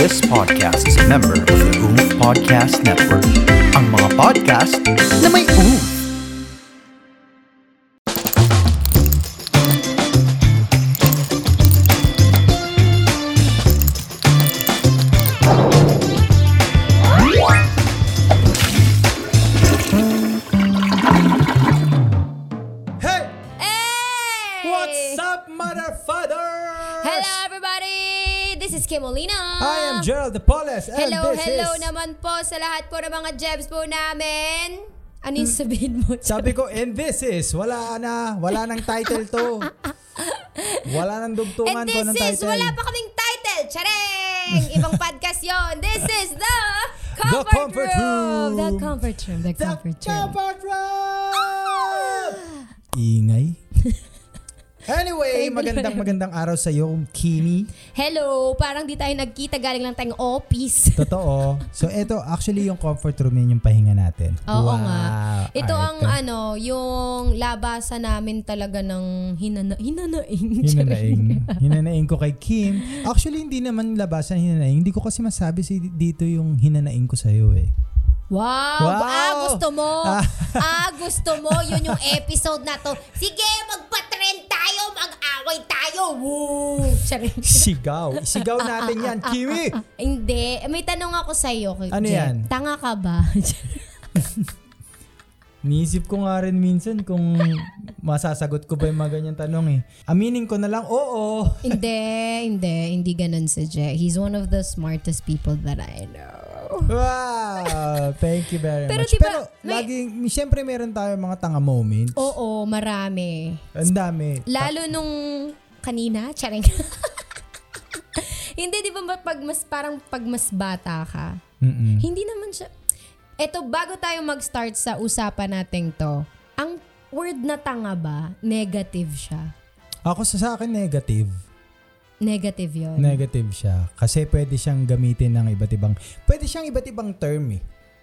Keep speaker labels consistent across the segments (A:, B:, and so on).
A: This podcast is a member of the OOF Podcast Network. Ang mga podcast na may OOF.
B: Hey!
C: Hey!
B: What's up, mother fathers?
C: Hello everybody! This is Kim Molina.
B: I am Gerald DePoles, and
C: Hello,
B: this
C: hello
B: is...
C: naman po sa lahat po ng mga Jebs po namin. Ano
B: Hmm.
C: yung sabihin mo?
B: Sabi ko, and this is, wala na, wala nang title to. Wala nang dugtungan to
C: And this
B: ng
C: is,
B: title.
C: wala pa kaming title! Charing! Ibang podcast yon. This is the Comfort,
B: Comfort
C: room.
B: Room.
C: The Comfort Room. The
B: The
C: Comfort Room.
B: Comfort
C: Ah!
B: Room! Ingay. Anyway, magandang magandang araw sa iyo, Kimi.
C: Hello! Parang di tayo nagkita, galing lang tayong office.
B: Totoo. So ito, actually yung comfort room yun yung pahinga natin.
C: Oo
B: Wow,
C: nga. Ito ang
B: arte.
C: ano, yung labasan namin talaga ng hinana, hinanaing. Charing.
B: Hinanaing. hinanaing ko kay Kim. Actually, hindi naman labasan hinanaing. Hindi ko kasi masabi si dito yung hinanaing ko sa'yo eh.
C: Wow!
B: Wow!
C: Ah, gusto mo!
B: Ah.
C: Ah, gusto mo! Yun yung episode na to. Sige, magpa-trend tayo! Mag-away tayo! Woo! Charing.
B: Sigaw. Sigaw natin yan, Kimi!
C: Hindi. May tanong ako sa'yo. Kuya
B: Ano
C: Jet.
B: yan?
C: Tanga ka ba?
B: Niisip ko nga rin minsan kung masasagot ko ba yung mga ganyan tanong eh. Aminin ko na lang, oo.
C: hindi, hindi. Hindi ganun si Jay. He's one of the smartest people that I know.
B: Wow! Thank you very
C: Pero
B: much.
C: diba,
B: Pero
C: may- Oh,
B: laging, siyempre meron tayo mga tanga moments.
C: Oo, marami.
B: Ang dami.
C: Lalo nung kanina, charing. hindi, di ba pag mas, parang pag mas bata ka,
B: Mm-mm.
C: Hindi naman siya... Eto, bago tayo mag-start sa usapan nating to, ang word na tanga ba, negative siya.
B: Ako sa, sa akin, negative.
C: Negative yun.
B: Negative siya. Kasi pwede siyang gamitin ng iba't ibang, pwede siyang iba't ibang term eh.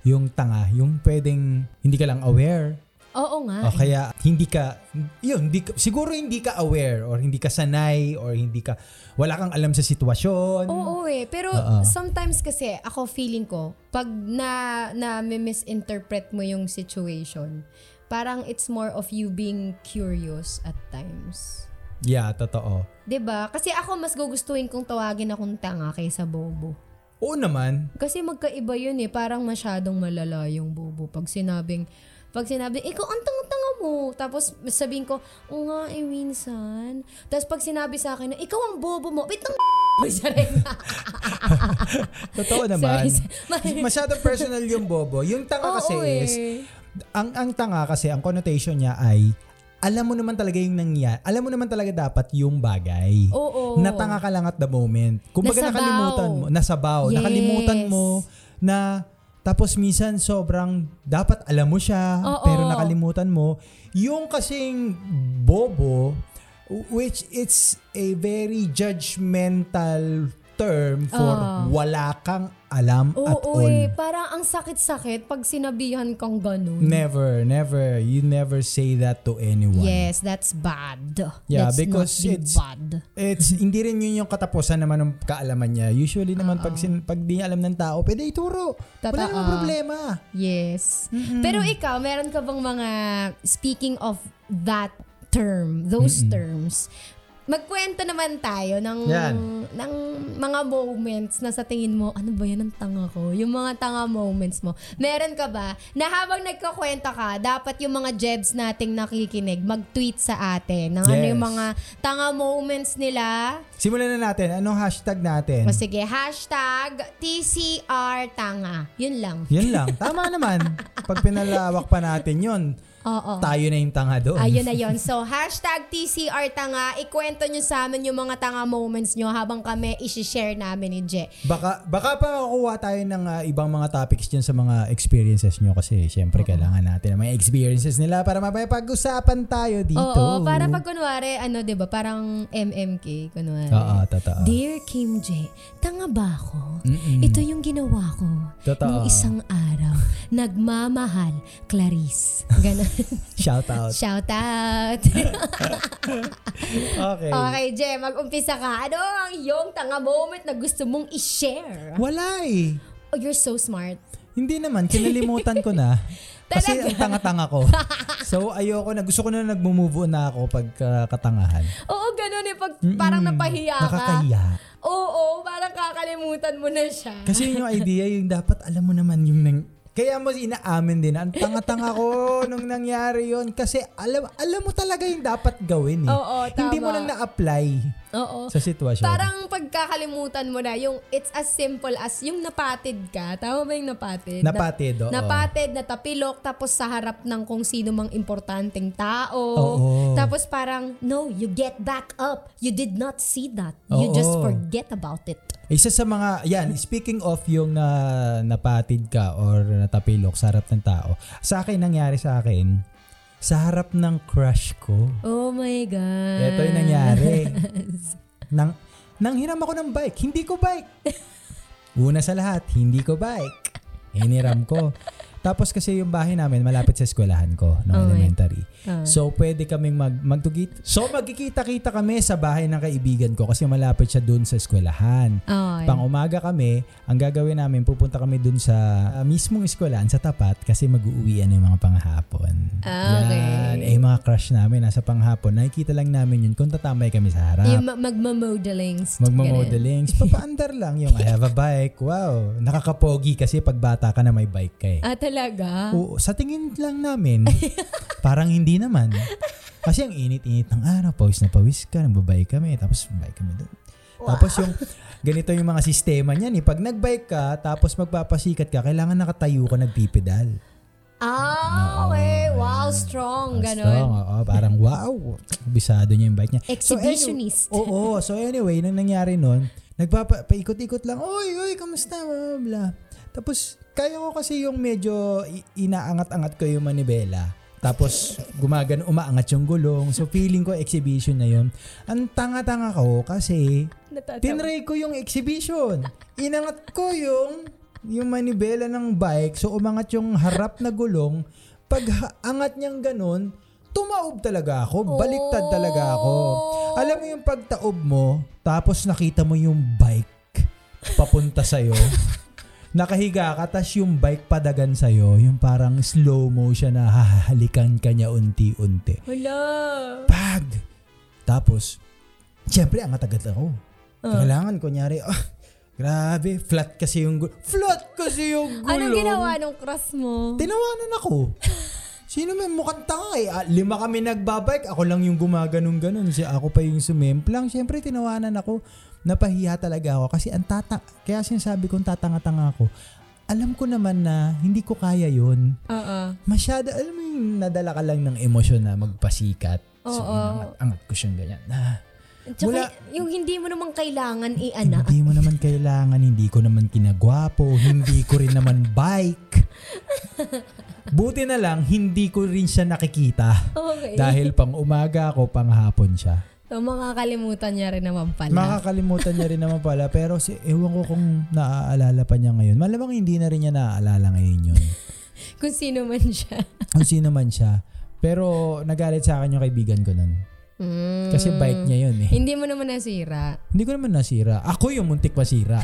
B: Yung tanga, yung pwedeng hindi ka lang aware.
C: Oo nga. eh.
B: O kaya hindi ka, yun, hindi ka, siguro hindi ka aware or hindi ka sanay or hindi ka, wala kang alam sa sitwasyon.
C: Oo eh. Pero
B: Oo.
C: sometimes kasi, ako feeling ko, pag na, na misinterpret mo yung situation, parang it's more of you being curious at times.
B: Yeah, totoo.
C: 'Di ba? Kasi ako mas gugustuhin kong tawagin akong tanga kaysa bobo.
B: Oo naman.
C: Kasi magkaiba yun eh. Parang masyadong malala yung bobo. Pag sinabing, pag sinabi, ikaw ang tanga-tanga mo. Tapos sabihin ko, oo nga eh, minsan. Tapos pag sinabi sa akin, na, ikaw ang bobo mo. Bitang mo siya rin.
B: Totoo naman.
C: Sorry, sorry.
B: Masyado personal yung bobo. Yung tanga kasi
C: Oo eh.
B: is, ang, ang tanga kasi, ang connotation niya ay, alam mo naman talaga yung nangyari. Alam mo naman talaga dapat yung bagay.
C: Oo.
B: Natanga ka lang at the moment. Kung baga
C: Nasabaw.
B: nakalimutan mo, nasabaw,
C: Yes.
B: nakalimutan mo na tapos minsan sobrang dapat alam mo siya
C: Oo.
B: pero nakalimutan mo. Yung kasing bobo which it's a very judgmental term for
C: Ah.
B: wala kang alam
C: Oo
B: at all.
C: eh. Parang ang sakit-sakit pag sinabihan kang ganun.
B: Never, never. You never say that to anyone.
C: Yes, that's bad.
B: Yeah,
C: Let's
B: because
C: not be
B: it's-
C: bad.
B: It's hindi rin yun yung katapusan naman ng kaalaman niya. Usually naman pag sin, pag di niya alam ng tao, pwede ituro. Wala
C: Totoo.
B: namang problema.
C: Yes. Pero ikaw, meron ka bang mga, speaking of that term, those terms, magkwento naman tayo ng,
B: Yan.
C: ng mga moments na sa tingin mo, ano ba yan ang tanga ko? Yung mga tanga moments mo. Meron ka ba na habang nagkakwenta ka, dapat yung mga jebs nating nakikinig, mag-tweet sa atin ng ano
B: Yes.
C: yung mga tanga moments nila.
B: Simulan na natin. Anong hashtag natin?
C: O sige, hashtag TCR tanga. Yun lang.
B: Yan lang. Tama naman. Pag pinalawak pa natin yun,
C: Oo.
B: tayo na yung tanga doon.
C: Ayun na yun. So, hashtag TCR tanga. Ikwento nyo sa amin yung mga tanga moments nyo habang kami isi-share namin ni Je.
B: Baka, baka pa makukuha tayo ng ah, ibang mga topics dyan sa mga experiences nyo kasi syempre kailangan natin ng mga experiences nila para mapapag-usapan tayo dito.
C: Oo, para pag kunwari, ano, 'di ba parang MMK, kunwari.
B: Oo, totoo.
C: Dear Kim J, tanga ba ako? Ito yung ginawa ko.
B: Totoo.
C: Nung isang araw, nagmamahal, Clarice. Ganun.
B: Shout out.
C: Shout out.
B: Okay.
C: okay, Je, mag-umpisa ka. Ano ang iyong tanga moment na gusto mong i-share?
B: Wala eh.
C: Oh, you're so smart.
B: Hindi naman, kinalimutan ko na. Kasi
C: Talaga?
B: ang tanga-tanga ko. So ayoko na, gusto ko na nagmo-move on na ako pag ah, katangahan. Hmm.
C: Oo, ganun eh. Pag parang napahiya ka.
B: Nakakahiya.
C: Oo, parang kakalimutan mo na siya.
B: Kasi yun yung idea, yung dapat alam mo naman yung nang... Kaya mo inaamin din, ang tanga-tanga ko nung nangyari yon Kasi alam, alam mo talaga yung dapat gawin eh.
C: Oo, tama.
B: Hindi mo lang na-apply
C: Oo.
B: sa sitwasyon.
C: Parang pagkakalimutan mo na yung it's as simple as yung napatid ka. Tama ba yung napatid?
B: Napatid, oo.
C: Napatid, natapilok, tapos sa harap ng kung sino mang importanteng tao.
B: Oo.
C: Tapos parang, no, you get back up. You did not see that. You
B: Oo.
C: just forget about it.
B: Isa sa mga, yan, speaking of yung na, napatid ka or natapilok sa harap ng tao, sa akin, nangyari sa akin, sa harap ng crush ko,
C: Oh my God.
B: ito yung nangyari. nang, nang hiram ako ng bike, hindi ko bike. Una sa lahat, hindi ko bike. Hiniram ko. Tapos kasi yung bahay namin malapit sa eskwelahan ko ng
C: Okay.
B: elementary.
C: Ah.
B: So pwede kaming mag magtugit. So magkikita-kita kami sa bahay ng kaibigan ko kasi malapit siya dun sa eskwelahan.
C: Okay.
B: Pang umaga kami, ang gagawin namin, pupunta kami dun sa ah, mismong eskwelahan, sa tapat, kasi mag-uuwian na yung mga panghapon.
C: Ah, okay.
B: Yan. Eh, yung mga crush namin, nasa panghapon, nakikita lang namin yun kung tatamay kami sa
C: yung
B: harap.
C: ma- magmamodelings.
B: Magmamodelings, papaandar lang yung I have a bike. Wow, nakakapogi kasi pag bata ka na may bike ka eh.
C: Ah, talaga?
B: Oo, sa tingin lang namin, parang hindi naman. Kasi ang init-init ng araw, pawis na pawis ka, nagbabay kami, tapos bike kami doon. Tapos yung, ganito yung mga sistema niyan eh. Pag nagbike ka, tapos magpapasikat ka, kailangan nakatayo ka nagpipedal.
C: Ah, okay. Wow, strong.
B: Basta,
C: Ganon.
B: oo, parang wow, bisado niya yung bike niya. So, anyway-
C: Exhibitionist.
B: oo, so anyway, nang nangyari nun, nagpapa, paikot-ikot lang, oy, oy, kamusta, blah, blah, blah. Tapos, kaya ko kasi yung medyo i- inaangat-angat ko yung manibela. Tapos, gumagano, umaangat yung gulong. So, feeling ko exhibition na yun. Ang tanga-tanga ko kasi,
C: Natatawa.
B: tinry ko yung exhibition. Inangat ko yung yung manibela ng bike. So, umangat yung harap na gulong. Pag ha- angat niyang ganun, tumaob talaga ako. Baliktad talaga ako. Alam mo yung pagtaob mo, tapos nakita mo yung bike papunta sa'yo. Nakahiga ka, tas yung bike padagan sa'yo. Yung parang slow motion na hahalikan ka niya unti-unti.
C: Wala.
B: Pag! Tapos, syempre, ang agad ako. Kailangan, kunyari, ah, grabe, flat kasi yung gulong. Flat kasi yung gulong!
C: Anong ginawa nung crush mo?
B: Tinawanan ako. Sino may mukhang tanga eh. Ah, lima kami nagbabike. Ako lang yung gumaganong ganon. Si ako pa yung sumemplang. Siyempre, tinawanan ako. Napahiya talaga ako. Kasi ang tata... Kaya sinasabi kong tatanga-tanga ako. Alam ko naman na hindi ko kaya yun.
C: Oo.
B: Masyado, alam mo yung nadala ka lang ng emosyon na magpasikat. so,
C: Oo.
B: inangat, angat ko siyang ganyan. Ah,
C: Tsaka
B: Wala.
C: yung hindi mo naman kailangan i-ana.
B: Hindi mo naman kailangan, hindi ko naman kinagwapo, hindi ko rin naman bike. Buti na lang, hindi ko rin siya nakikita.
C: Okay.
B: Dahil pang umaga ako, pang hapon siya.
C: So, makakalimutan niya rin naman pala.
B: Makakalimutan niya rin naman pala, pero si, ewan ko kung naaalala pa niya ngayon. Malamang hindi na rin niya naaalala ngayon yun.
C: Kung sino man siya.
B: Kung sino man siya. Pero nagalit sa akin yung kaibigan ko nun.
C: Mm.
B: Kasi bike niya yun eh.
C: Hindi mo naman nasira.
B: Hindi ko naman nasira. Ako yung muntik masira.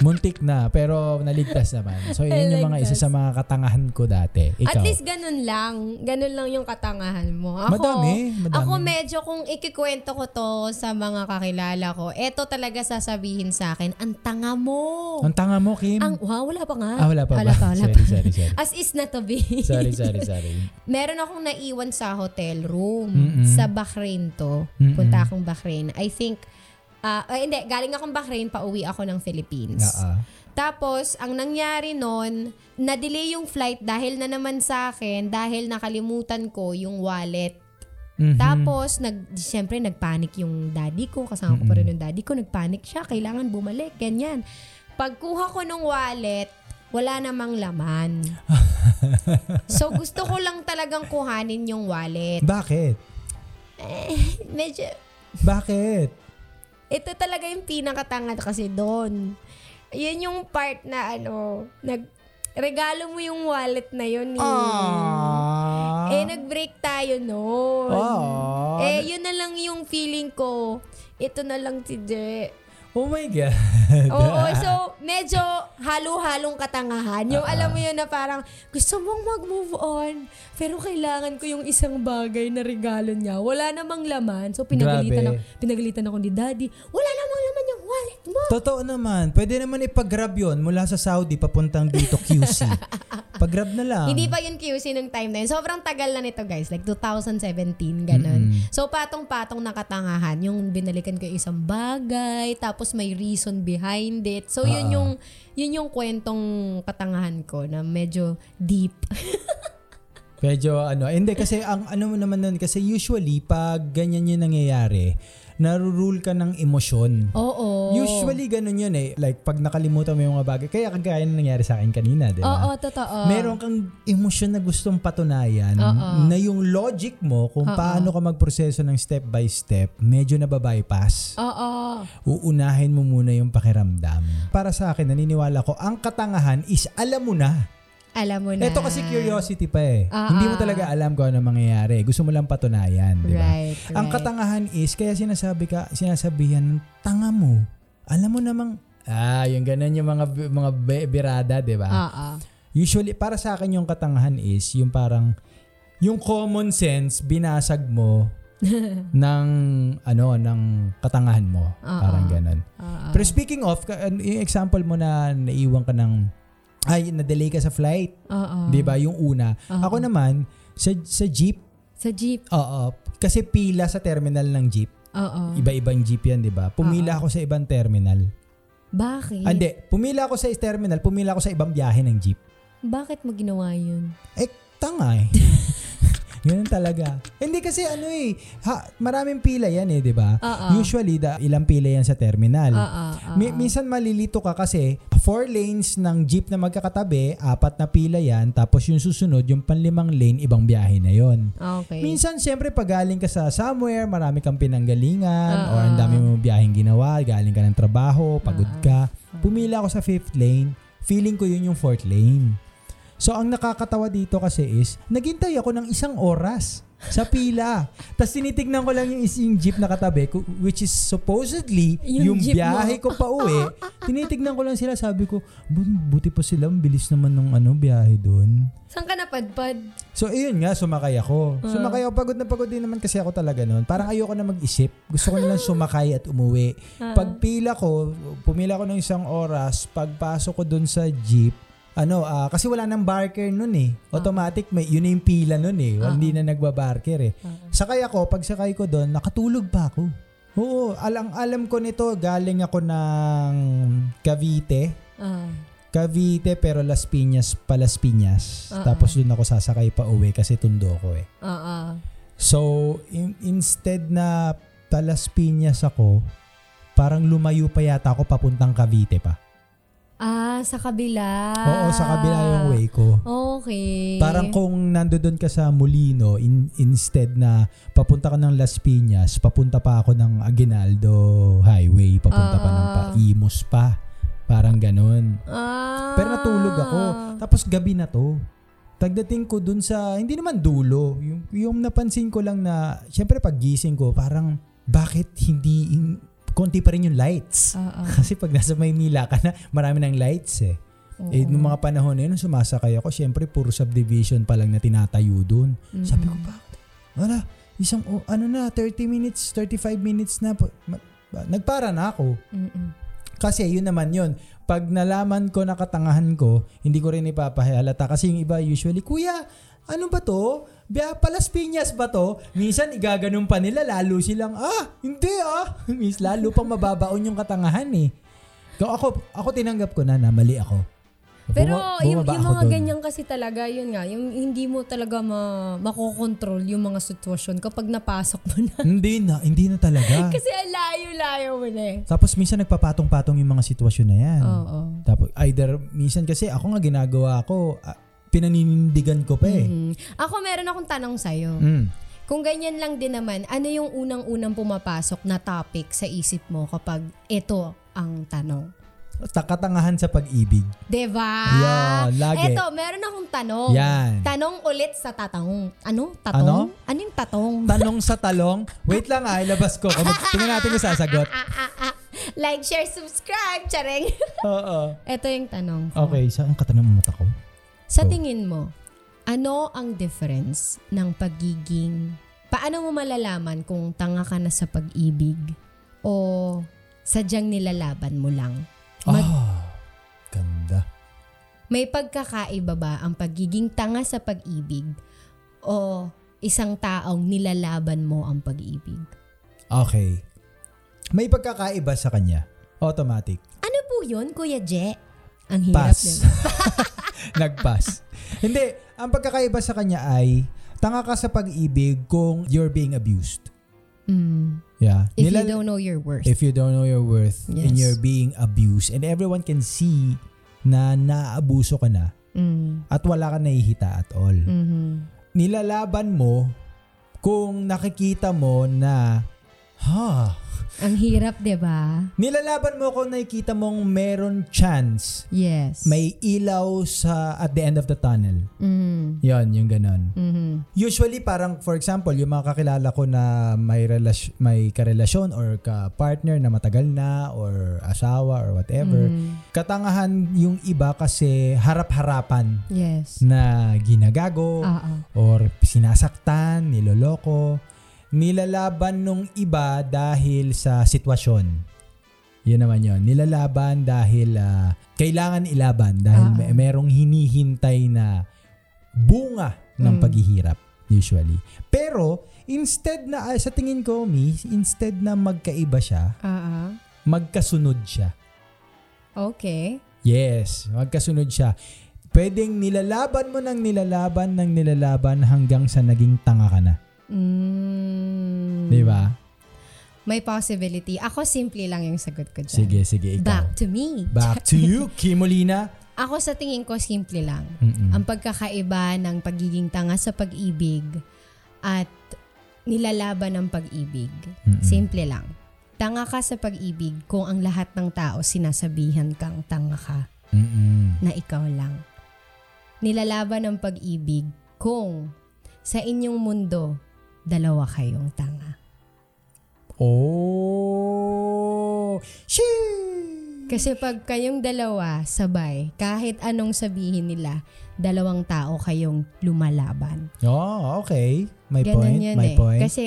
B: muntik na, pero naligtas naman. So, yun yung mga isa sa mga katangahan ko dati. Ikaw.
C: At least ganun lang. Ganun lang yung katangahan mo. Ako,
B: Madami, madami.
C: Ako medyo kung ikikwento ko to sa mga kakilala ko, eto talaga sasabihin sa akin, ang tanga mo.
B: Ang tanga mo, Kim.
C: Ang, wow, wala pa nga.
B: Ah, wala pa
C: Wala
B: ba?
C: pa, wala
B: sorry,
C: pa.
B: sorry, sorry.
C: As is na to be.
B: sorry, sorry, sorry.
C: Meron akong naiwan sa hotel room.
B: Mm-mm.
C: Sa Bahrain to.
B: Mm-mm.
C: Punta akong Bahrain. I think, ah, ah, hindi, galing akong Bahrain, pauwi ako ng Philippines.
B: Oo.
C: Tapos, ang nangyari nun, na-delay yung flight dahil na naman sa akin, dahil nakalimutan ko yung wallet.
B: Mhm.
C: Tapos, nag, siyempre, nagpanik yung daddy ko. Kasama ko pa rin yung daddy ko. Nagpanik siya. Kailangan bumalik. Ganyan. Pagkuha ko ng wallet, wala namang laman. so, gusto ko lang talagang kuhanin yung wallet.
B: Bakit?
C: Medyo,
B: Bakit?
C: ito talaga yung pinakatanga kasi doon. Yun yung part na ano, nag, regalo mo yung wallet na yun eh.
B: Ah.
C: Eh, nag-break tayo noon.
B: Oo.
C: Eh, yun na lang yung feeling ko. Ito na lang si Je.
B: Oh my God.
C: Oo, so medyo halo-halong katangahan. Yung alam mo yun na parang, gusto mong mag-move on, pero kailangan ko yung isang bagay na regalo niya. Wala namang laman. So pinagalitan,
B: Grabe.
C: ako, pinagalitan ako ni daddy. Wala namang laman yung wallet mo.
B: Totoo naman. Pwede naman ipag-grab yun mula sa Saudi papuntang dito QC. Pag-grab na lang.
C: Hindi pa yun QC ng time na yun. Sobrang tagal na nito guys. Like 2017, ganun. So patong-patong nakatangahan. Yung binalikan ko yung isang bagay, tapos may reason behind it. So yun yung yun yung kwentong katangahan ko na medyo deep.
B: Medyo ano, hindi kasi ang ano mo naman nun, kasi usually pag ganyan yung nangyayari, narurule ka ng emosyon.
C: Oo.
B: Usually ganun yun eh. Like pag nakalimutan mo yung mga bagay, kaya kagaya na nangyari sa akin kanina, di ba?
C: Oo, totoo.
B: Meron kang emosyon na gustong patunayan
C: Oo.
B: na yung logic mo kung paano ka magproseso ng step by step, medyo nababypass.
C: Oo.
B: Uunahin mo muna yung pakiramdam. Para sa akin, naniniwala ko, ang katangahan is alam mo na.
C: Alam mo na.
B: Ito kasi curiosity pa eh.
C: Ah,
B: Hindi mo
C: ah.
B: talaga alam kung ano mangyayari. Gusto mo lang patunayan, di ba?
C: Right,
B: Ang
C: right.
B: katangahan is, kaya sinasabi ka, sinasabihan, tanga mo. Alam mo namang, ah, yung ganun yung mga, bi- mga bi- birada, di ba?
C: Oo.
B: Usually, para sa akin yung katangahan is yung parang yung common sense binasag mo ng ano ng katangahan mo
C: Ah,
B: parang ganun. Pero speaking of ka- an- yung example mo na naiwan ka ng ay na-delay ka sa flight,
C: Oo.
B: 'di ba? Yung una. Ako naman sa sa jeep,
C: Sa jeep.
B: oo, kasi pila sa terminal ng jeep.
C: Uh-huh. Oo.
B: Iba-ibang jeep 'yan, 'di ba? Pumila ako sa ibang terminal.
C: Bakit?
B: Ah, Hindi, pumila ako sa is- terminal, pumila ako sa ibang biyahe ng jeep.
C: Bakit mo ginawa yun?
B: Eh, tanga eh. Ganun talaga. Hindi kasi ano eh, ha, maraming pila yan eh, di ba?
C: Oo.
B: Usually, da, ilang pila yan sa terminal.
C: Oo.
B: Mi- minsan malilito ka kasi four lanes ng jeep na magkakatabi, apat na pila yan, tapos yung susunod, yung panlimang lane, ibang biyahe na yon.
C: Okay.
B: Minsan, siyempre, pag galing ka sa somewhere, marami kang pinanggalingan, or
C: Ah.
B: ang dami mo biyaheng ginawa, galing ka ng trabaho, pagod
C: Ah.
B: ka. Pumila ako sa fifth lane, feeling ko yun yung fourth lane. So, ang nakakatawa dito kasi is, naghintay ako ng isang oras sa pila. Tapos tinitignan ko lang yung isang jeep na katabi, ko, which is supposedly
C: Yung
B: yung,
C: jeep mo.
B: biyahe ko pa uwi. tinitignan ko lang sila, sabi ko, "Bu- buti pa sila, ang bilis naman ng ano, biyahe doon.
C: Saan ka napadpad?
B: So, iyon nga, sumakay ako. Sumakay ako. Pagod na pagod din naman kasi ako talaga noon. Parang ayoko na mag-isip. Gusto ko na lang sumakay at umuwi. Pagpila ko, pumila ko ng isang oras. Pagpasok ko dun sa jeep, ano, ah, kasi wala nang barker nun eh. Automatic, may, yun na yung pila nun eh. Hindi na nagbabarker eh. Sakay ako, pag sakay ko dun, nakatulog pa ako. Oo, alang alam ko nito, galing ako ng Cavite.
C: Ah.
B: Cavite pero Las Piñas pa Las Piñas. Tapos dun ako sasakay pa uwi kasi tundo ko eh.
C: Oo.
B: So, in- instead na pa Las Piñas ako, parang lumayo pa yata ako papuntang Cavite pa.
C: Ah, sa kabila.
B: Oo, sa kabila yung way ko.
C: Ah. Okay.
B: Parang kung nandoon ka sa Molino, in- instead na papunta ka ng Las Piñas, papunta pa ako ng Aguinaldo Highway, papunta pa ng pa, Imus pa. Parang ganun.
C: Ah.
B: Pero natulog ako. Tapos gabi na to. Tagdating ko dun sa, hindi naman dulo. Yung, yung napansin ko lang na, syempre pag gising ko, parang bakit hindi, in, konti pa rin yung lights.
C: Oo.
B: Kasi pag nasa Maynila ka na, marami ng lights eh. Eh, nung mga panahon na yun, nung sumasakay ako, syempre puro subdivision pa lang na tinatayo dun. Sabi ko, bakit? Wala, isang, o- ano na, 30 minutes, 35 minutes na. po." Ma- ba- Nagpara na ako.
C: Mm-mm.
B: Kasi yun naman yun. Pag nalaman ko na katangahan ko, hindi ko rin ipapahalata. Kasi yung iba usually, Kuya, ano ba to? Bia, Palas Piñas ba to? Minsan igaganon pa nila, lalo silang, ah, hindi ah. Miss, lalo pang mababaon yung katangahan eh. Kaya ako, ako tinanggap ko na na mali ako.
C: Pero
B: Buma-
C: yung,
B: bumaba
C: yung
B: ako
C: mga
B: dun.
C: ganyan kasi talaga, yun nga, yung hindi mo talaga ma, makokontrol yung mga sitwasyon kapag napasok mo na.
B: Hindi na, hindi na talaga.
C: kasi ang layo-layo mo na eh.
B: Tapos minsan nagpapatong-patong yung mga sitwasyon na yan.
C: Oo.
B: Tapos either, minsan kasi ako nga ginagawa ko, ah, pinaninindigan ko pa eh.
C: Mm. Ako meron akong tanong sa'yo.
B: Mm.
C: Kung ganyan lang din naman, ano yung unang-unang pumapasok na topic sa isip mo kapag ito ang tanong?
B: takatangahan sa pag-ibig.
C: Diba?
B: Yan, lagi.
C: Eto, meron akong tanong.
B: Yan.
C: Tanong ulit sa tatong. Ano? Tatong? Ano yung tatong?
B: Tanong sa talong. Wait lang ah, ilabas ko. Kung mag- tingnan natin kung sasagot.
C: like, share, subscribe, charing.
B: Oo.
C: Ito yung tanong ko.
B: Okay, saan ka tanong mata ko? Oh.
C: Sa tingin mo, ano ang difference ng pagiging, paano mo malalaman kung tanga ka na sa pag-ibig o sadyang nilalaban mo lang? Mag-
B: Ah, ganda.
C: May pagkakaiba ba ang pagiging tanga sa pag-ibig o isang taong nilalaban mo ang pag-ibig?
B: Okay. May pagkakaiba sa kanya. Automatic.
C: Ano po yun, Kuya Je? Ang hirap
B: Pass.
C: din.
B: Nag-pass. Hindi, ang pagkakaiba sa kanya ay tanga ka sa pag-ibig kung you're being abused.
C: Mm.
B: Yeah.
C: If
B: Nila-
C: you don't know your worth.
B: if you don't know your worth and
C: Yes.
B: you're being abused and everyone can see na naabuso ka na
C: mm.
B: at wala ka nahihita at all.
C: Mhm.
B: Nilalaban mo kung nakikita mo na ha,
C: Ang hirap, di ba?
B: nilalaban mo kung nakikita mong meron chance
C: Yes.
B: may ilaw sa at the end of the tunnel.
C: Mm.
B: Yan, yung ganon.
C: Mhm.
B: Usually parang for example, yung mga kakilala ko na may relas- may karelasyon or ka partner na matagal na or asawa or whatever,
C: Mhm.
B: katangahan yung iba kasi harap-harapan
C: Yes. Uh-uh.
B: na ginagago
C: Oo.
B: or sinasaktan, niloloko, nilalaban nung iba dahil sa sitwasyon. Yun naman yun. Nilalaban dahil ah, kailangan ilaban dahil
C: Ah.
B: may, merong hinihintay na bunga ng
C: Mm.
B: paghihirap usually. Pero instead na ah, sa tingin ko, Mi, instead na magkaiba siya,
C: Oo.
B: magkasunod siya.
C: Okay.
B: Yes, magkasunod siya. Pwedeng nilalaban mo ng nilalaban ng nilalaban hanggang sa naging tanga ka na.
C: Mm.
B: Di ba?
C: May possibility. Ako simple lang yung sagot ko dyan.
B: Sige, sige, ikaw.
C: Back to me.
B: Back to you, Kimolina.
C: Ako sa tingin ko simple lang.
B: Mm-mm.
C: Ang pagkakaiba ng pagiging tanga sa pag-ibig at nilalaban ng pag-ibig.
B: Mm-mm.
C: Simple lang. Tanga ka sa pag-ibig kung ang lahat ng tao sinasabihan kang tanga ka
B: Mm-mm.
C: na ikaw lang. Nilalaban ng pag-ibig kung sa inyong mundo, dalawa kayong tanga.
B: Oh. Shee!
C: Kasi pag kayong dalawa sabay, kahit anong sabihin nila, dalawang tao kayong lumalaban.
B: Oh, okay. My
C: Ganun
B: point,
C: yun
B: my
C: eh.
B: point.
C: Kasi,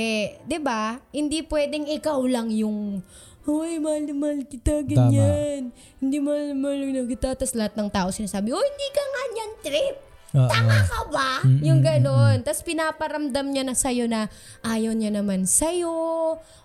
C: di ba, hindi pwedeng ikaw lang yung, Hoy, mahal na mahal kita, ganyan. Hindi mahal na mahal na kita. Tapos lahat ng tao sinasabi, Hoy, hindi ka nga niyan trip.
B: Oo.
C: Tanga ka ba? Yung ganun. Tapos pinaparamdam niya na sa'yo na ayaw niya naman sa'yo.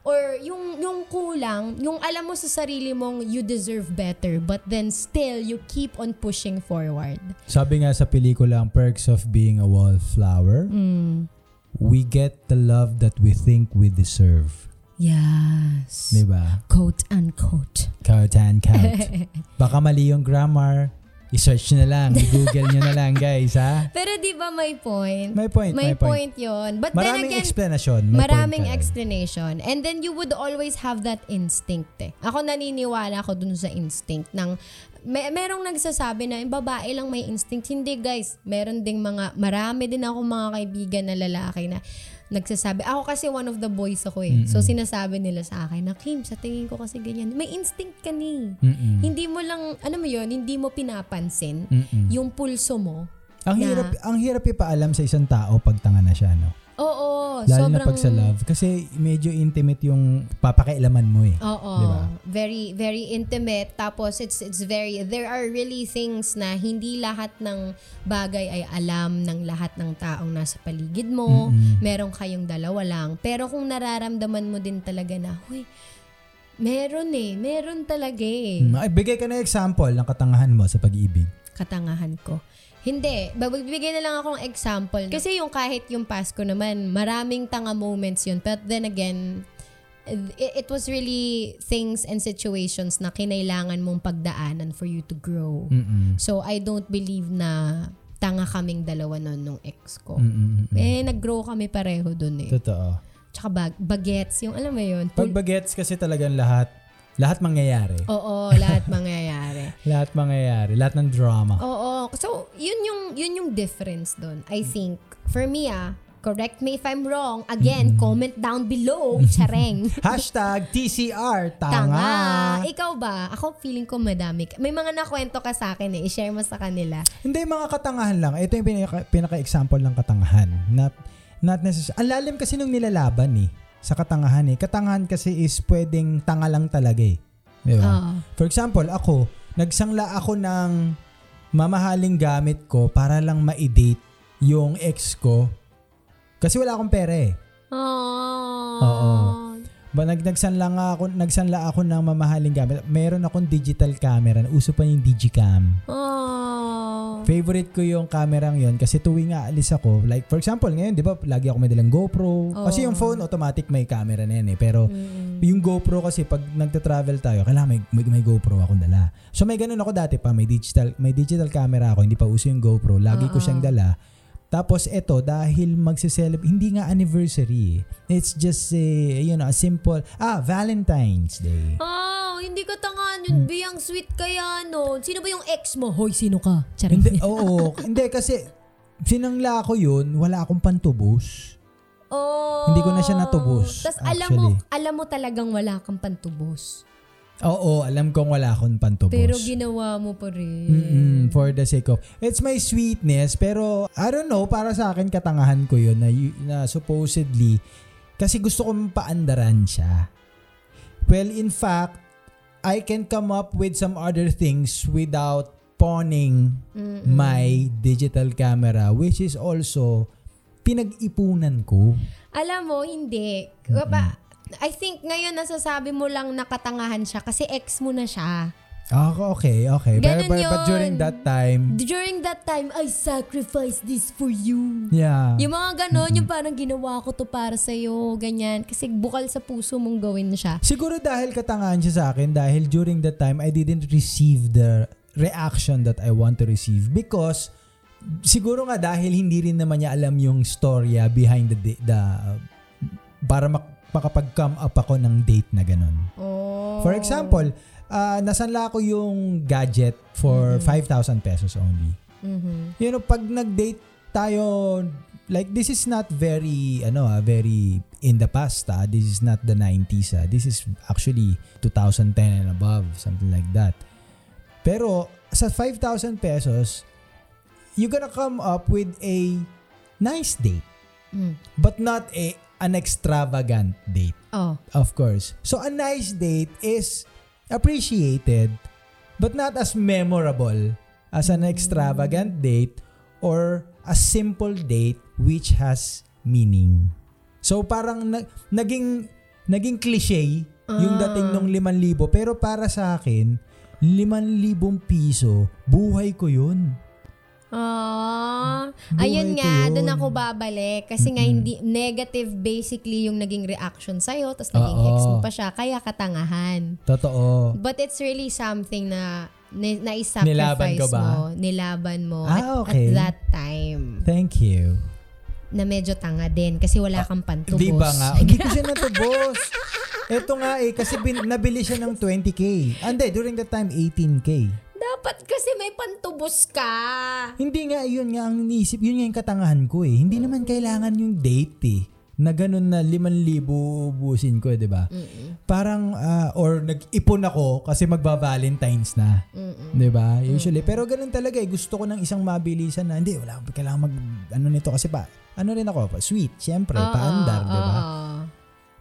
C: Or yung, yung kulang, yung alam mo sa sarili mong you deserve better but then still you keep on pushing forward.
B: Sabi nga sa pelikula, ang perks of being a wallflower,
C: Mm.
B: we get the love that we think we deserve.
C: Yes.
B: Di ba?
C: Quote unquote.
B: Count and count. Baka mali yung grammar. I-search nyo na lang. I-google nyo na lang, guys, ha?
C: Pero di ba may point?
B: May point, may
C: May, point.
B: point.
C: yun. But
B: Maraming
C: then again,
B: explanation. May point
C: maraming
B: ka rin.
C: explanation. And then you would always have that instinct eh. Ako naniniwala ako dun sa instinct ng may, merong nagsasabi na yung babae lang may instinct. Hindi guys, meron ding mga, marami din ako mga kaibigan na lalaki na nagsasabi. Ako kasi one of the boys ako eh. So sinasabi nila sa akin na, Kim, sa tingin ko kasi ganyan. May instinct ka ni.
B: Mm-mm.
C: Hindi mo lang, ano mo yun, hindi mo pinapansin
B: Mm-mm.
C: yung pulso mo
B: Ang
C: na-
B: hirap ang hirap ipaalam sa isang tao pag tanga na siya, no?
C: Oo,
B: Lalo
C: sobrang...
B: na pag sa love kasi medyo intimate yung papakialaman mo eh.
C: Oo.
B: Di ba?
C: Very very intimate tapos it's it's very there are really things na hindi lahat ng bagay ay alam ng lahat ng taong nasa paligid mo.
B: Mm-mm.
C: Meron kayong dalawa lang. Pero kung nararamdaman mo din talaga na, huy, meron eh, meron talaga eh.
B: Mm, Ay, bigay ka na example ng katangahan mo sa pag-ibig.
C: katangahan ko. Hindi, babibigay na lang ako ng example. Kasi yung kahit yung Pasko naman, maraming tanga moments yun. But then again, it, it was really things and situations na kinailangan mong pagdaanan for you to grow.
B: Mm-mm.
C: So I don't believe na tanga kaming dalawa nun nung ex ko.
B: Mm-mm.
C: Eh, nag-grow kami pareho dun eh.
B: Totoo.
C: Tsaka bag- bagets, yung alam mo yun.
B: Pag bagets kasi talagang lahat Lahat mangyayari.
C: Oo, lahat mangyayari.
B: Lahat mangyayari. Lahat ng drama.
C: Oh. Oo. So, yun yung, yun yung difference doon.
B: Mm.
C: I think, for me ah, correct me if I'm wrong. Again, comment down below. Chareng.
B: Hashtag TCR,
C: Tanga.
B: tanga.
C: Ikaw ba? Ako feeling ko madami. May mga nakwento ka sa akin eh. I-share mo sa kanila.
B: Hindi, mga katangahan lang. Ito yung pinaka, pinaka-example ng katangahan. Not, not necessarily. Ang lalim kasi nung nilalaban eh. Sa katangahan eh. Katangahan kasi is pwedeng tanga lang talaga eh. Di ba?
C: Oo.
B: For example, ako, nagsangla ako ng mamahaling gamit ko para lang ma-date yung ex ko. Kasi wala akong pera eh.
C: Oh.
B: Oo. Ba nag nagsanla nga ako, nagsanla ako ng mamahaling gamit. Meron akong digital camera, uso pa yung Digicam.
C: Oh.
B: Favorite ko yung camera yon kasi tuwing aalis ako, like for example, ngayon 'di ba, lagi ako may dalang GoPro. Kasi yung phone automatic may camera na yan eh, pero yung GoPro kasi pag nagte-travel tayo, kailangan may, may, may GoPro akong dala. So may ganun ako dati pa, may digital may digital camera ako, hindi pa uso yung GoPro, lagi ko siyang dala. Tapos eto, dahil magse-celebrate, hindi nga anniversary. eh. It's just eh, you know, a simple ah, Valentine's Day.
C: Oh, hindi ka tangan yun,
B: Hmm.
C: Bi. Ang sweet kaya nun. Sino ba yung ex mo? Hoy, sino ka? Chareng.
B: Hindi, oh. oo. Hindi, kasi sinangla ko yun, wala akong pantubos.
C: Oh.
B: Hindi ko na siya natubos,
C: Tapos alam mo,
B: actually.
C: alam mo talagang wala kang pantubos.
B: Oo, alam kong wala akong pantubos.
C: Pero ginawa mo pa rin.
B: Mm, for the sake of it's my sweetness pero I don't know para sa akin katangahan ko yun na, y- na supposedly kasi gusto kong paandaran siya well in fact I can come up with some other things without pawning my digital camera which is also pinag-ipunan ko
C: Alam mo, hindi. Kapa, I think ngayon nasasabi mo lang nakatangahan siya kasi ex mo na siya.
B: Ah, okay, okay. Pero,
C: Ganun
B: but, but
C: yun.
B: during that time,
C: During that time, I sacrificed this for you.
B: yeah.
C: Yung mga ganon, yung parang ginawa ko to para sa'yo, ganyan. Kasi bukal sa puso mong gawin siya.
B: Siguro dahil katangahan siya sa akin dahil during that time, I didn't receive the reaction that I want to receive because siguro nga dahil hindi rin naman niya alam yung storya behind the, di- the ah, para mak- makapag-come up ako ng date na ganun.
C: Oh.
B: For example, ah, nasanla ko yung gadget for 5,000 pesos only.
C: Mhm.
B: You know, pag nag-date tayo, like this is not very, ano ah, very in the past ah. This is not the 90s ah. This is actually 2010 and above, something like that. Pero sa 5,000 pesos, you're gonna come up with a nice date.
C: Mm.
B: But not a an extravagant date.
C: Oh.
B: Of course. So a nice date is appreciated but not as memorable as an extravagant date or a simple date which has meaning. So parang na- naging naging cliche yung dating nung 5,000 pero para sa akin 5,000 piso, buhay ko yun.
C: Ah,
B: Buhay
C: ayun
B: ko
C: nga,
B: yun.
C: doon ako babalik. Kasi nga, hindi, negative basically yung naging reaction sa'yo, tapos naging
B: Oo.
C: ex mo pa siya, kaya katangahan.
B: Totoo.
C: But it's really something na ni-
B: Nilaban
C: na-sacrifice
B: ko ba?
C: mo, nilaban mo
B: Ah,
C: at,
B: okay.
C: at that time
B: Thank you.
C: na medyo tanga din kasi wala kang pantubos.
B: Ah, Di ba nga? Hindi ko siya natubos. Ito nga eh, kasi bin, nabili siya ng 20k. Ande, during that time, 18k.
C: Dapat kasi may pantubos ka.
B: Hindi nga, yun nga ang iniisip, yun nga yung katangahan ko eh. Hindi naman kailangan yung date eh na ganun na 5,000 ubusin ko, eh, di ba? Parang, ah, or nag-ipon ako kasi magba-Valentine's na. Di ba? Usually. Pero ganun talaga eh. Gusto ko ng isang mabilisan na, hindi, wala, akong- kailangan mag, ano nito kasi pa, ano rin ako, sweet, syempre, paandar, di ba?
C: Oo.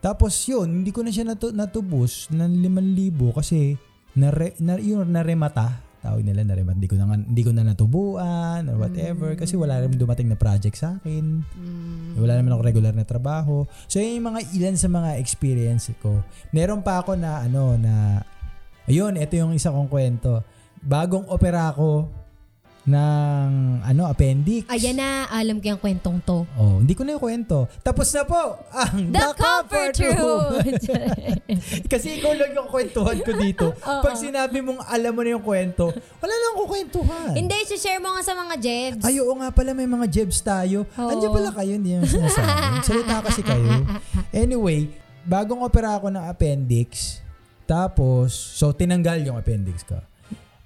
B: Tapos yun, hindi ko na siya natu- natubos ng 5,000 kasi nare, na, yun, naremata. Tawag nila naremata. Hindi ko na, nga- hindi ko na natubuan or whatever
C: Mm.
B: kasi wala rin dumating na project sa akin. Wala naman ako regular na trabaho. So yun yung mga ilan sa mga experience ko. Meron pa ako na ano na ayun, ito yung isa kong kwento. Bagong opera ako ng ano appendix.
C: Ayan na, alam ko yung kwentong to.
B: Oh, hindi ko na yung kwento. Tapos na po ang
C: The, comfort room!
B: Kasi ikaw lang yung kwentuhan ko dito. Pag sinabi mong alam mo na yung kwento, wala lang ako kwentuhan.
C: Hindi, share mo nga sa mga Jebs.
B: Ay, oo nga pala, may mga jebs tayo.
C: Oo.
B: Andiyan pala kayo, hindi naman sinasabi. Salita kasi kayo. Anyway, bagong opera ako ng appendix, Tapos, so tinanggal yung appendix ko.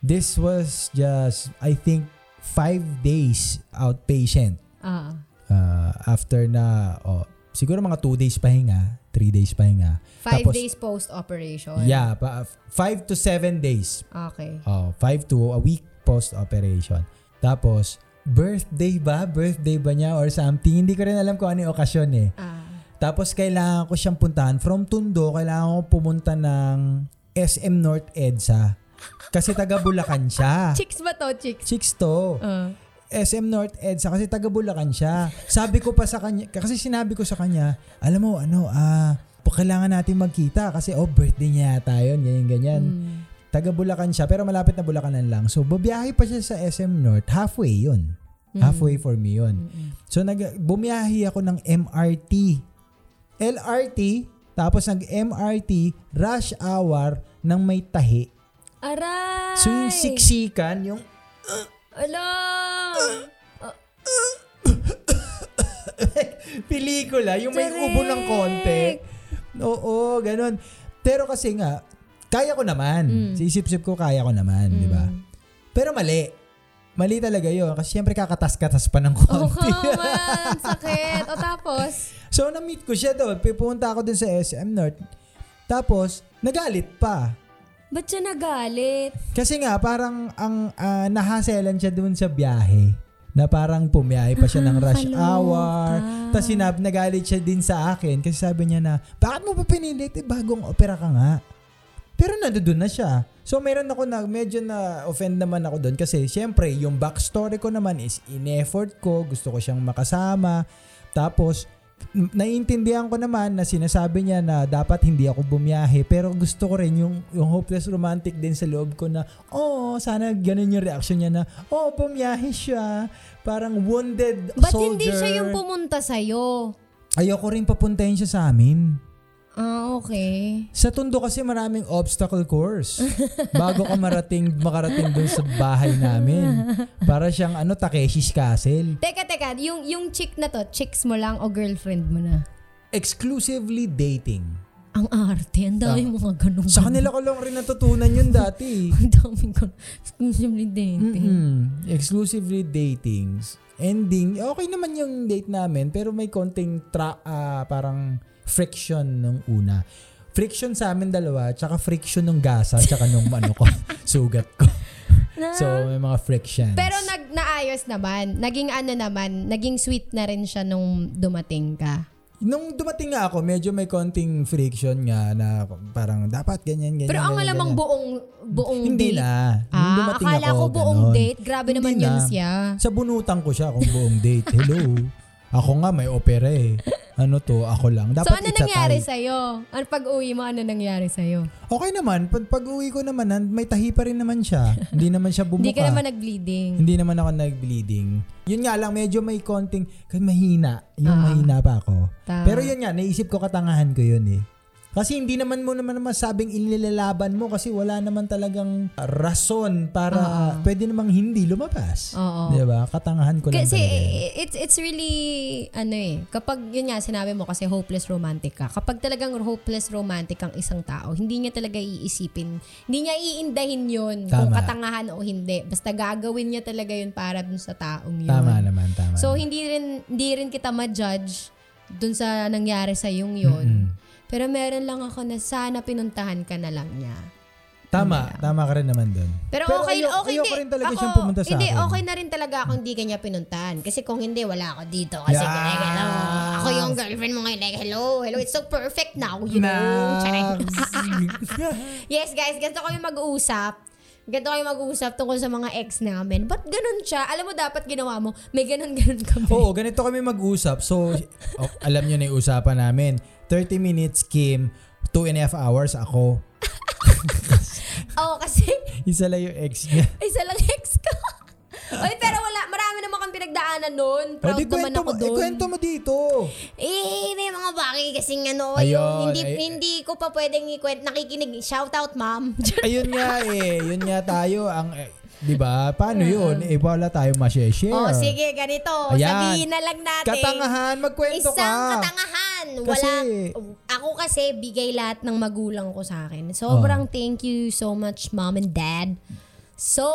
B: This was just, I think, five days outpatient
C: Ah,
B: uh, after na, oh, siguro mga two days pahinga, three days pahinga.
C: five
B: Tapos-
C: days post-operation.
B: Yeah, pa, five to seven days.
C: Okay.
B: Oh, five to a week post-operation. Tapos, birthday ba? Birthday ba niya or something? Hindi ko rin alam kung ano yung okasyon eh.
C: Ah,
B: Tapos kailangan ko siyang puntahan. From Tundo, kailangan ko pumunta ng SM North EDSA. Kasi taga Bulacan siya.
C: chicks ba to? Chicks?
B: Chicks to.
C: Ah.
B: SM North EDSA kasi taga Bulacan siya. Sabi ko pa sa kanya, kasi sinabi ko sa kanya, alam mo ano, ah, kailangan natin magkita kasi oh birthday niya yata yun, ganyan ganyan.
C: Mm.
B: Taga Bulacan siya pero malapit na Bulacanan lang. So babiyahe pa siya sa SM North, halfway yun. Halfway for me yun. So nag bumiyahe ako ng MRT. LRT, tapos nag MRT, rush hour ng may tahi.
C: Aray!
B: So yung siksikan, yung
C: Ala!
B: pelikula, yung may
C: Direk!
B: ubo ng konti. Oo, ganun. Pero kasi nga, kaya ko naman. Sa isip-isip ko, kaya ko naman, di ba? Pero mali. Mali talaga yun. Kasi syempre kakatas-katas pa ng
C: Oh,
B: konti.
C: come on! Sakit! O tapos?
B: So, na-meet ko siya doon. Pupunta ako doon sa SM North. Tapos, nagalit pa.
C: Ba't siya nagalit?
B: Kasi nga, parang ang ah, nahaselan siya doon sa biyahe. Na parang pumiyahe pa siya ng rush
C: Nakakaloka.
B: hour. Tapos sinab, nagalit siya din sa akin. Kasi sabi niya na, bakit mo pa pinilit? Eh, bagong opera ka nga. Pero nandoon na siya. So meron ako na medyo na offend naman ako doon kasi syempre yung backstory ko naman is in-effort ko, gusto ko siyang makasama. Tapos n- naiintindihan ko naman na sinasabi niya na dapat hindi ako bumiyahe pero gusto ko rin yung, yung hopeless romantic din sa loob ko na oh sana ganun yung reaction niya na oh bumiyahe siya parang wounded
C: Ba't
B: soldier
C: hindi siya yung pumunta sa'yo?
B: ayoko rin papuntahin siya sa amin
C: Ah, okay.
B: sa Tondo kasi maraming obstacle course bago ka marating makarating dun sa bahay namin. Para siyang ano Takeshi's Castle.
C: Teka, teka. Yung, yung chick na to, chicks mo lang o girlfriend mo na?
B: Exclusively dating.
C: Ang arte. Ang dami mga
B: Ah.
C: ganun.
B: Sa kanila ko lang rin natutunan yun dati.
C: Ang daming ganun. Exclusively dating.
B: Mm-mm. Exclusively dating. Ending, okay naman yung date namin pero may konting tra- ah, parang friction nung una. Friction sa amin dalawa, tsaka friction nung gasa, tsaka nung ano ko, sugat ko.
C: Na-
B: So, may mga frictions.
C: Pero nag naayos naman. Naging ano naman, naging sweet na rin siya nung dumating ka.
B: Nung dumating nga ako, medyo may konting friction nga na parang dapat ganyan, ganyan.
C: Pero ang
B: ganyan,
C: alamang
B: ganyan.
C: buong buong
B: Hindi
C: date.
B: na. Nung
C: Ah,
B: dumating
C: akala
B: ako,
C: ko buong
B: ganon.
C: date. Grabe
B: Hindi
C: naman yun
B: na.
C: siya.
B: Sa bunutan ko siya kung buong date. Hello. ako nga may opera eh. Ano to, ako lang. Dapat
C: so ano
B: it's a
C: nangyari
B: tie.
C: sa'yo? Ano pag-uwi mo, ano nangyari sa'yo?
B: Okay naman, pag, pag-uwi ko naman, nan- may tahi pa rin naman siya. Hindi naman siya bumuka.
C: Hindi ka naman nag-bleeding.
B: Hindi naman ako nag-bleeding. Yun nga lang, medyo may konting, kasi mahina. Yung mahina pa ako.
C: Ah. Tama.
B: Pero yun nga, naisip ko katangahan ko yun eh. Kasi hindi naman mo naman masabing inilalaban mo kasi wala naman talagang rason para pwede namang hindi lumabas.
C: Oo.
B: Di ba? Katangahan ko lang
C: Kasi eh,
B: talaga yun.
C: it's it's really ano eh kapag yun nga sinabi mo kasi hopeless romantic ka. Kapag talagang hopeless romantic ang isang tao, hindi niya talaga iisipin. Hindi niya iindahin yun kung
B: Tama.
C: katangahan o hindi. Basta gagawin niya talaga yun para dun sa taong yun.
B: Tama naman, tama.
C: So hindi rin hindi rin kita ma-judge dun sa nangyari sa yung yun. Pero meron lang ako na sana pinuntahan ka na lang niya.
B: tama, tama ka rin naman dun.
C: Pero,
B: Pero
C: okay,
B: ayoko-
C: okay,
B: ayoko
C: hindi.
B: rin talaga
C: ako,
B: siyang pumunta sa
C: Hindi,
B: akin.
C: okay na rin talaga ako hindi kanya pinuntahan. Kasi kung hindi, wala ako dito. Kasi
B: Yeah.
C: kaya hello. Ako yung girlfriend mo ngayon. Like, hello, hello. It's so perfect now, you know. Charing. yes, guys. Ganito kami mag-uusap. Ganito kayo mag-uusap tungkol sa mga ex namin. Ba't ganun siya? Alam mo, dapat ginawa mo. May ganun-ganun kami.
B: Oo, ganito kami mag-usap. So, oh, alam nyo na yung usapan namin. 30 minutes, Kim. 2 and a half hours ako.
C: Oo, kasi
B: Isa lang yung ex niya.
C: isa lang ex ko. Oy, pero wala, marami naman kang pinagdaanan noon.
B: O, di
C: Proud naman
B: kwento
C: ako
B: mo,
C: doon.
B: eh, kwento mo dito.
C: Eh, may mga bagay kasing ano,
B: Ayun,
C: yung hindi,
B: ay-
C: hindi ko pa pwedeng ikwent. Nakikinig, shout out ma'am.
B: Ayun nga eh. Yun nga tayo. Ang, eh, di ba? Paano yun? Eh, wala tayo masye-share.
C: Mm. Oh, sige, ganito.
B: Ayan.
C: Sabihin na lang natin.
B: Katangahan, magkwento
C: Isang
B: ka.
C: katangahan Yan!
B: Kasi-
C: Wala, ako kasi bigay lahat ng magulang ko sa akin. Sobrang
B: Oh.
C: thank you so much, mom and dad. So,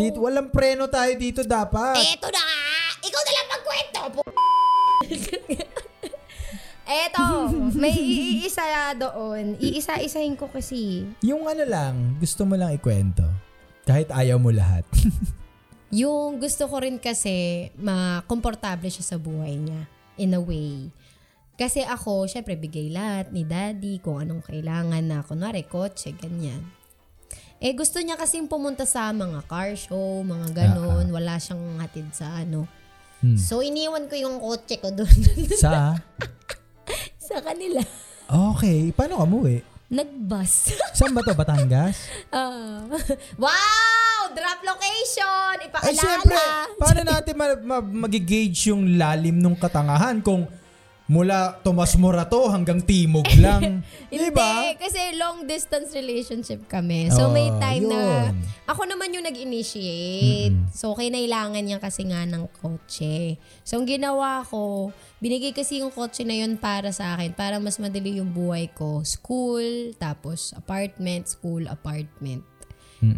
B: Dito, walang preno tayo dito dapat.
C: Eto na nga! Ikaw na lang magkwento! po- Eto, may iisa doon. Iisa-isahin ko kasi.
B: Yung ano lang, gusto mo lang ikwento. Kahit ayaw mo lahat.
C: Yung gusto ko rin kasi, makomportable siya sa buhay niya. In a way. Kasi ako, syempre, bigay lahat ni daddy kung anong kailangan na. Kunwari, kotse, ganyan. Eh, gusto niya kasing pumunta sa mga car show, mga ganon. Wala siyang hatid sa ano.
B: Ah, Hmm.
C: So, iniwan ko yung kotse ko doon
B: Sa,
C: sa kanila.
B: okay, paano ka umuwi?
C: Nag-bus.
B: Saan ba to, Batangas?
C: Ah. wow! Drop location!
B: Ay,
C: Ipaalala!
B: siyempre, paano natin ma- ma- magigage yung lalim ng katangahan kung mula Tomas Morato hanggang Timog lang. Di
C: Hindi,
B: ba?
C: kasi long distance relationship kami.
B: Diba?
C: So
B: Oh,
C: may time na
B: yun.
C: ako naman yung nag-initiate. So kinailangan niya kasi nga ng kotse. So ang ginawa ko, binigay kasi yung kotse na yun para sa akin para mas madali yung buhay ko. School, tapos apartment, school, apartment.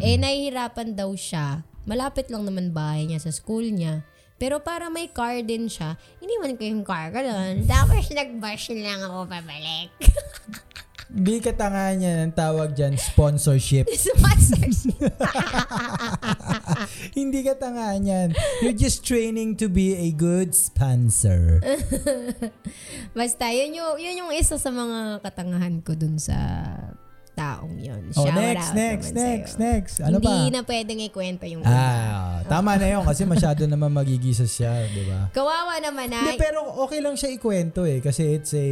C: Eh nahihirapan daw siya. Malapit lang naman bahay niya sa school niya. Pero para may car din siya, iniwan ko yung car ko doon. Tapos nag-bus lang ako pabalik.
B: Di katangahan niya ang tawag dyan, sponsorship.
C: Sponsors.
B: Hindi katangahan yan. You're just training to be a good sponsor.
C: Basta, yun yung, yun yung isa sa mga katangahan ko dun sa taong yun.
B: Oh,
C: Shout
B: next,
C: out
B: next,
C: naman
B: next,
C: sa'yo.
B: next. Ano
C: Hindi
B: ba?
C: na pwedeng ikwento yung
B: Ah, tama na yun kasi masyado naman magigisa siya, di ba?
C: Kawawa naman na.
B: Hindi, pero okay lang siya ikwento eh kasi it's a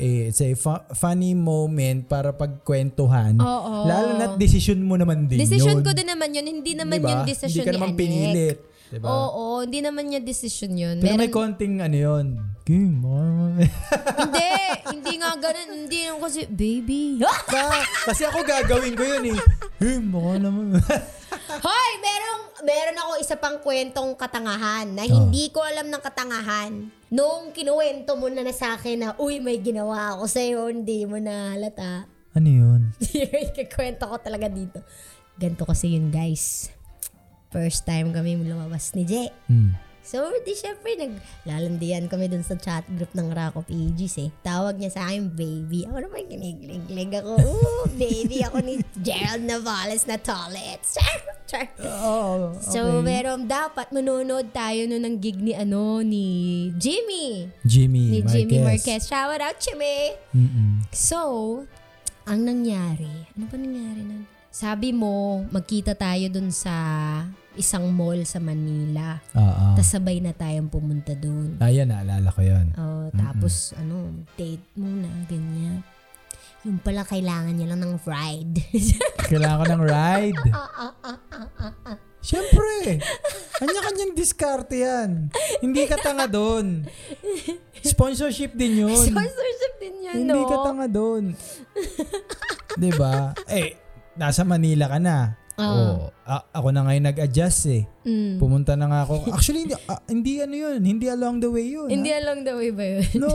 B: eh, it's a fu- funny moment para pagkwentuhan.
C: Oo.
B: Lalo na't decision mo naman din yun.
C: decision ko din naman yun. Hindi naman
B: Diba?
C: yung decision
B: Hindi ka
C: ni
B: naman
C: Anek.
B: pinilit. Diba?
C: Oo, hindi naman niya decision yun.
B: Pero may
C: Meron-
B: konting ano yun. Kim, ah.
C: hindi, hindi nga ganun. Hindi nung kasi, baby.
B: Ba- kasi ako gagawin ko yun eh. Kim, baka naman.
C: Hoy, merong meron ako isa pang kwentong katangahan na hindi ko alam ng katangahan. Nung kinuwento mo na na sa akin na, uy, may ginawa ako sa'yo, hindi mo na halata.
B: ano yun?
C: Ikakwento ko talaga dito. Ganto kasi yun, guys. First time kami lumabas ni Je.
B: Hmm.
C: So, di syempre, naglalandian kami dun sa chat group ng Rock of Ages eh. Tawag niya sa akin, baby. Ako naman, kinig ako. Ooh, baby, ako ni Gerald Navales na tolets. Char! Char!
B: Oo.
C: So, pero dapat manonood tayo nun ng gig ni ano, ni Jimmy.
B: Jimmy
C: Ni
B: Marquez.
C: Jimmy Marquez. Shout out, Jimmy!
B: Mm-mm.
C: So, ang nangyari, ano ba nangyari nun? Sabi mo, magkita tayo dun sa isang mall sa Manila.
B: Oo.
C: Tapos sabay na tayong pumunta dun.
B: Ayan, naalala ko yun.
C: Oh, tapos, ano, date muna, ganyan. Yung pala, kailangan niya lang ng ride.
B: Kailangan ko ng ride.
C: Ah,
B: Siyempre. Kanya-kanyang diskarte yan. Hindi ka tanga doon. Sponsorship din yun.
C: Sponsorship din yun,
B: Hindi
C: no?
B: ka tanga doon. 'Di ba? Eh, nasa Manila ka na. Oo.
C: Oo.
B: A- ako na ngayon nag-adjust eh.
C: Ah. Mm.
B: Pumunta na nga ako. Actually, hindi, ah, hindi ano yun. Hindi along the way yun.
C: Hindi
B: ha?
C: along the way ba yun?
B: No.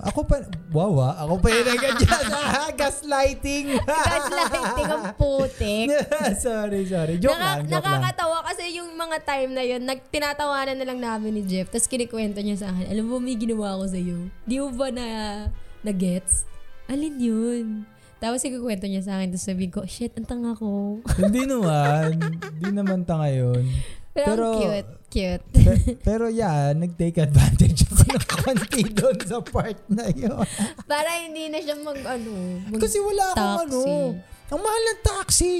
B: Ako pa. Wawa. Ako pa yung nag-adjust. Ah, Gaslighting.
C: Gaslighting ang putik.
B: sorry, sorry. Joke
C: Naka-
B: lang, joke lang.
C: nakakatawa kasi yung mga time na yun, nagtinatawanan na lang namin ni Jeff. Tapos kinikwento niya sa akin, alam mo, may ginawa ako sa'yo. Di mo ba na, na gets? Alin yun? Tapos ikikwento niya sa akin, tapos sabihin ko, shit, ang tanga ko.
B: Hindi naman. Hindi naman tanga yun.
C: Pero, ang
B: Pero-
C: cute, cute.
B: Pe- pero yeah, nag-take advantage ako ng konti doon sa part na yun.
C: Para hindi na siya mag, ano, mag-
B: Kasi wala akong ano.
C: Taxi.
B: Ang mahal ng taxi.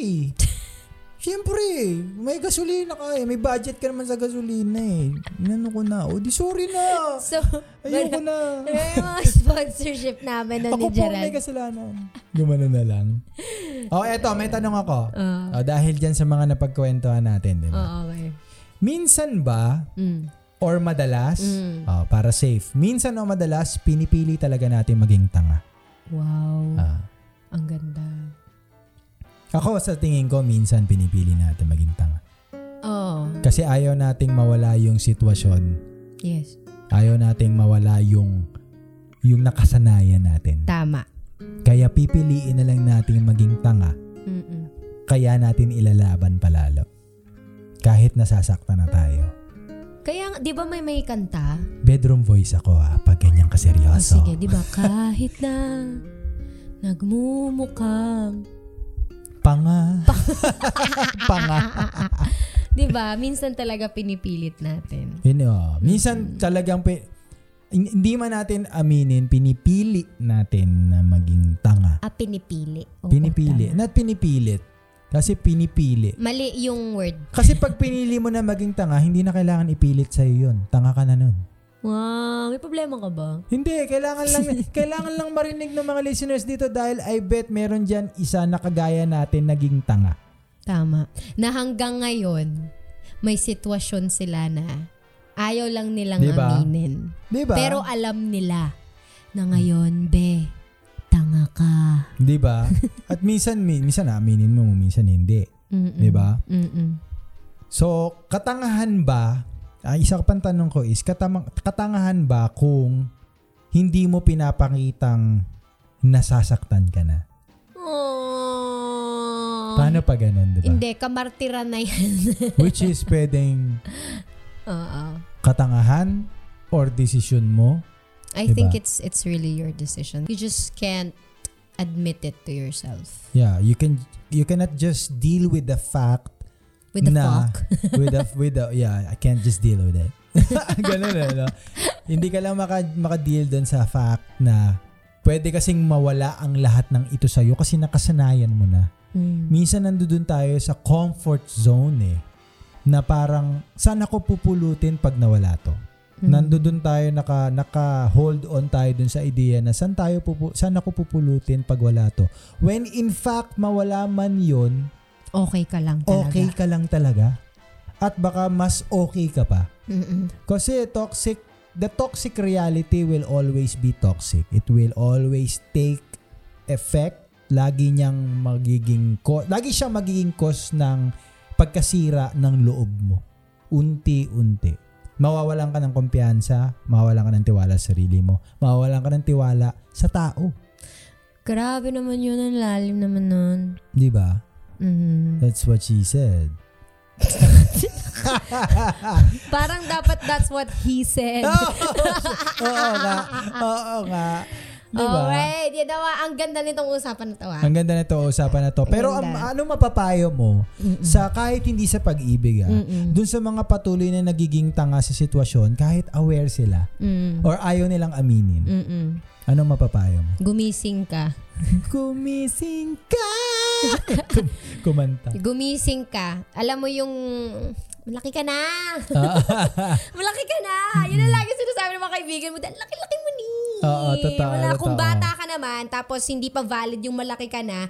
B: Siyempre, may gasolina ka eh. May budget ka naman sa gasolina eh. Inano ko na. O di sorry na.
C: So,
B: Ayoko na.
C: may mga sponsorship namin na
B: Ako
C: ni
B: po ang may
C: Gerald.
B: kasalanan. Gumano na lang. O eto, may tanong ako.
C: Ah.
B: O, dahil dyan sa mga napagkwentuhan natin, di
C: Oo,
B: ba?
C: okay.
B: Minsan ba,
C: Mm.
B: or madalas, ah, para safe, minsan o madalas, pinipili talaga natin maging tanga.
C: Wow,
B: Ah.
C: ang ganda.
B: Ako sa tingin ko, minsan pinipili natin maging tanga.
C: Oh,
B: Kasi ayaw nating mawala yung sitwasyon.
C: yes.
B: Ayaw nating mawala yung yung nakasanayan natin.
C: Tama.
B: Kaya pipiliin na lang natin maging tanga,
C: Mm-mm.
B: kaya natin ilalaban palalo. Kahit nasasaktan na tayo.
C: Kaya, nga- di ba may may kanta?
B: Bedroom voice ako ah, pag ganyan ka
C: O
B: seryoso.
C: Oh, sige, di ba? Kahit na nagmumukhang
B: Panga. Panga.
C: Di ba? Minsan talaga pinipilit natin.
B: Yun oh. Minsan talagang pi- hin- hindi man natin aminin, pinipili natin na maging tanga.
C: Ah, pinipili. Oo,
B: Pinipili.
C: tama.
B: Not pinipilit. Kasi pinipili.
C: Mali yung word.
B: Kasi pag pinili mo na maging tanga, hindi na kailangan ipilit sa'yo yun. Tanga ka na nun.
C: Wow, may problema ka ba?
B: Hindi, kailangan lang kailangan lang marinig ng mga listeners dito dahil I bet meron diyan isa na kagaya natin naging tanga.
C: Tama. Na hanggang ngayon, may sitwasyon sila na ayaw lang nilang
B: Di ba?
C: aminin.
B: 'Di ba?
C: Pero alam nila na ngayon, be, tanga ka.
B: 'di ba? At minsan mi- minsan aminin mo, minsan hindi.
C: Mm-mm.
B: 'Di ba?
C: Mm-mm.
B: So, katangahan ba? Ang isa pang tanong ko is katamang, katangahan ba kung hindi mo pinapakitang nasasaktan ka na?
C: Aww.
B: Paano pa ganun, 'di ba?
C: Hindi, kamartiran na yan.
B: Which is pwedeng
C: Oo.
B: katangahan or desisyon mo
C: I
B: Diba?
C: think it's it's really your decision. You just can't admit it to yourself.
B: Yeah, you can you cannot just deal with the fact
C: With the
B: na
C: fuck.
B: with the with the yeah, I can't just deal with it. Ganun eh, no? Hindi ka lang maka, maka-deal dun sa fact na pwede kasing mawala ang lahat ng ito sa'yo kasi nakasanayan mo na.
C: Mm.
B: Minsan nandoon tayo sa comfort zone eh na parang saan ako pupulutin pag nawala to.
C: Mm.
B: Nandoon tayo naka naka hold on tayo dun sa ideya na saan tayo pupu- saan ako pupulutin pag wala to. When in fact mawala man 'yon,
C: Okay ka lang talaga.
B: okay ka lang talaga. At baka mas okay ka pa.
C: Mm-mm.
B: Kasi toxic, the toxic reality will always be toxic. It will always take effect. Lagi niyang magiging, co- lagi siyang magiging cause ng pagkasira ng loob mo. Unti-unti. Mawawalan ka ng kumpiyansa, mawawalan ka ng tiwala sa sarili mo, mawawalan ka ng tiwala sa tao.
C: Grabe naman yun. Ang lalim naman nun.
B: Di ba?
C: Mm.
B: That's what she said.
C: Parang dapat that's what he said.
B: Ah! Oo nga. Oo nga. Di ba?
C: Alright. Yan daw, ang ganda nitong usapan na to
B: Diba?
C: ah.
B: Ang ganda na to, usapan na to. Pero ang,
C: ganda.
B: ano mapapayo mo sa kahit hindi sa pag-ibig ah,
C: Mm-mm.
B: dun sa mga patuloy na nagiging tanga sa sitwasyon kahit aware sila
C: Mm.
B: or ayaw nilang aminin.
C: Mm-mm.
B: Ano mapapayo mo?
C: Gumising ka.
B: Kumising ka! Kum- kumanta.
C: Gumising ka. Alam mo yung... Malaki ka na! Malaki ka na! Yun ang lagi sinasabi ng mga kaibigan mo. "Dan, Laki-laki mo ni!
B: Oo, totoo,
C: Wala, kung
B: totoo.
C: bata ka naman, tapos hindi pa valid yung malaki ka na,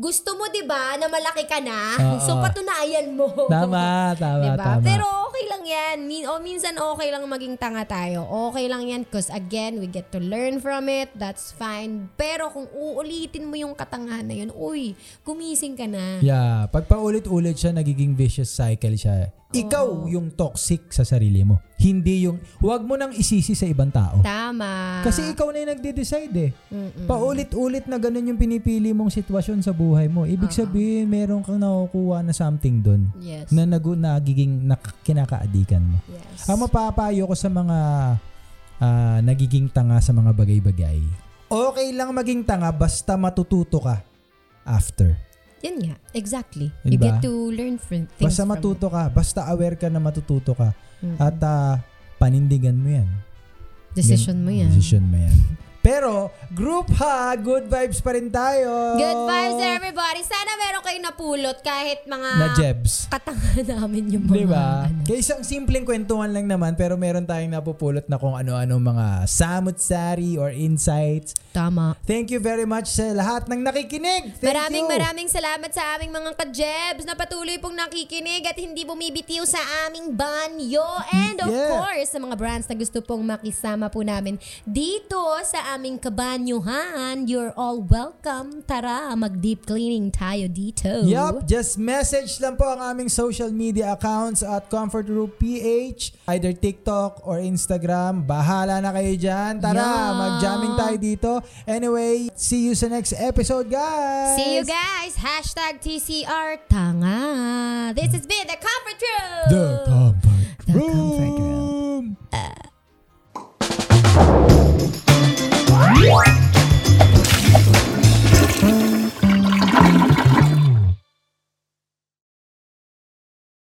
C: gusto mo, di ba, na malaki ka na?
B: Oo.
C: So, patunayan mo.
B: Tama, tama,
C: Diba?
B: tama.
C: Pero okay lang yan. Min o minsan okay lang maging tanga tayo. Okay lang yan because again, we get to learn from it. That's fine. Pero kung uulitin mo yung katangahan na yun, uy, gumising ka na.
B: yeah, pag paulit-ulit siya, nagiging vicious cycle siya.
C: Oh.
B: Ikaw yung toxic sa sarili mo. Hindi yung, huwag mo nang isisi sa ibang tao.
C: Tama.
B: Kasi ikaw na yung nagde-decide eh.
C: Ah. Mm-mm.
B: Paulit-ulit na ganun yung pinipili mong sitwasyon sa buhay mo. Ibig sabihin, meron kang nakukuha na something doon
C: Yes.
B: na nagu nagiging nak- kinakaadikan mo.
C: yes.
B: Ang mapapayo ko sa mga ah, nagiging tanga sa mga bagay-bagay, okay lang maging tanga basta matututo ka after.
C: Yun nga. Exactly.
B: Yun
C: You
B: ba?
C: get to learn from things
B: Diba? basta
C: from
B: matuto ka, basta aware ka na matututo ka.
C: Mm.
B: At ah, panindigan mo yan.
C: it. Decision
B: Yan-
C: mo yan.
B: Decision mo yan. Pero, group ha, good vibes pa rin tayo.
C: Good vibes everybody. Sana meron kayong napulot kahit mga
B: Na Diba? Jebs.
C: katanga namin yung mga
B: Di ba?
C: ano.
B: Kaya isang simpleng kwentuhan lang naman pero meron tayong napupulot na kung ano-ano mga samut-sari or insights.
C: Tama.
B: Thank you very much sa lahat ng nakikinig. Thank
C: maraming
B: you.
C: maraming salamat sa aming mga ka-Jebs na patuloy pong nakikinig at hindi bumibitiw sa aming banyo. And of
B: Yeah.
C: course, sa mga brands na gusto pong makisama po namin dito sa aming kabanyuhan. You're all welcome. Tara, mag-deep cleaning tayo dito.
B: Yup, just message lang po ang aming social media accounts at Comfort Room PH, either TikTok or Instagram. Bahala na kayo dyan. Tara,
C: Yeah.
B: mag-jamming tayo dito. Anyway, see you sa next episode, guys! Mm.
C: See you guys. Hashtag TCR Tanga. This has been The Comfort Room.
B: The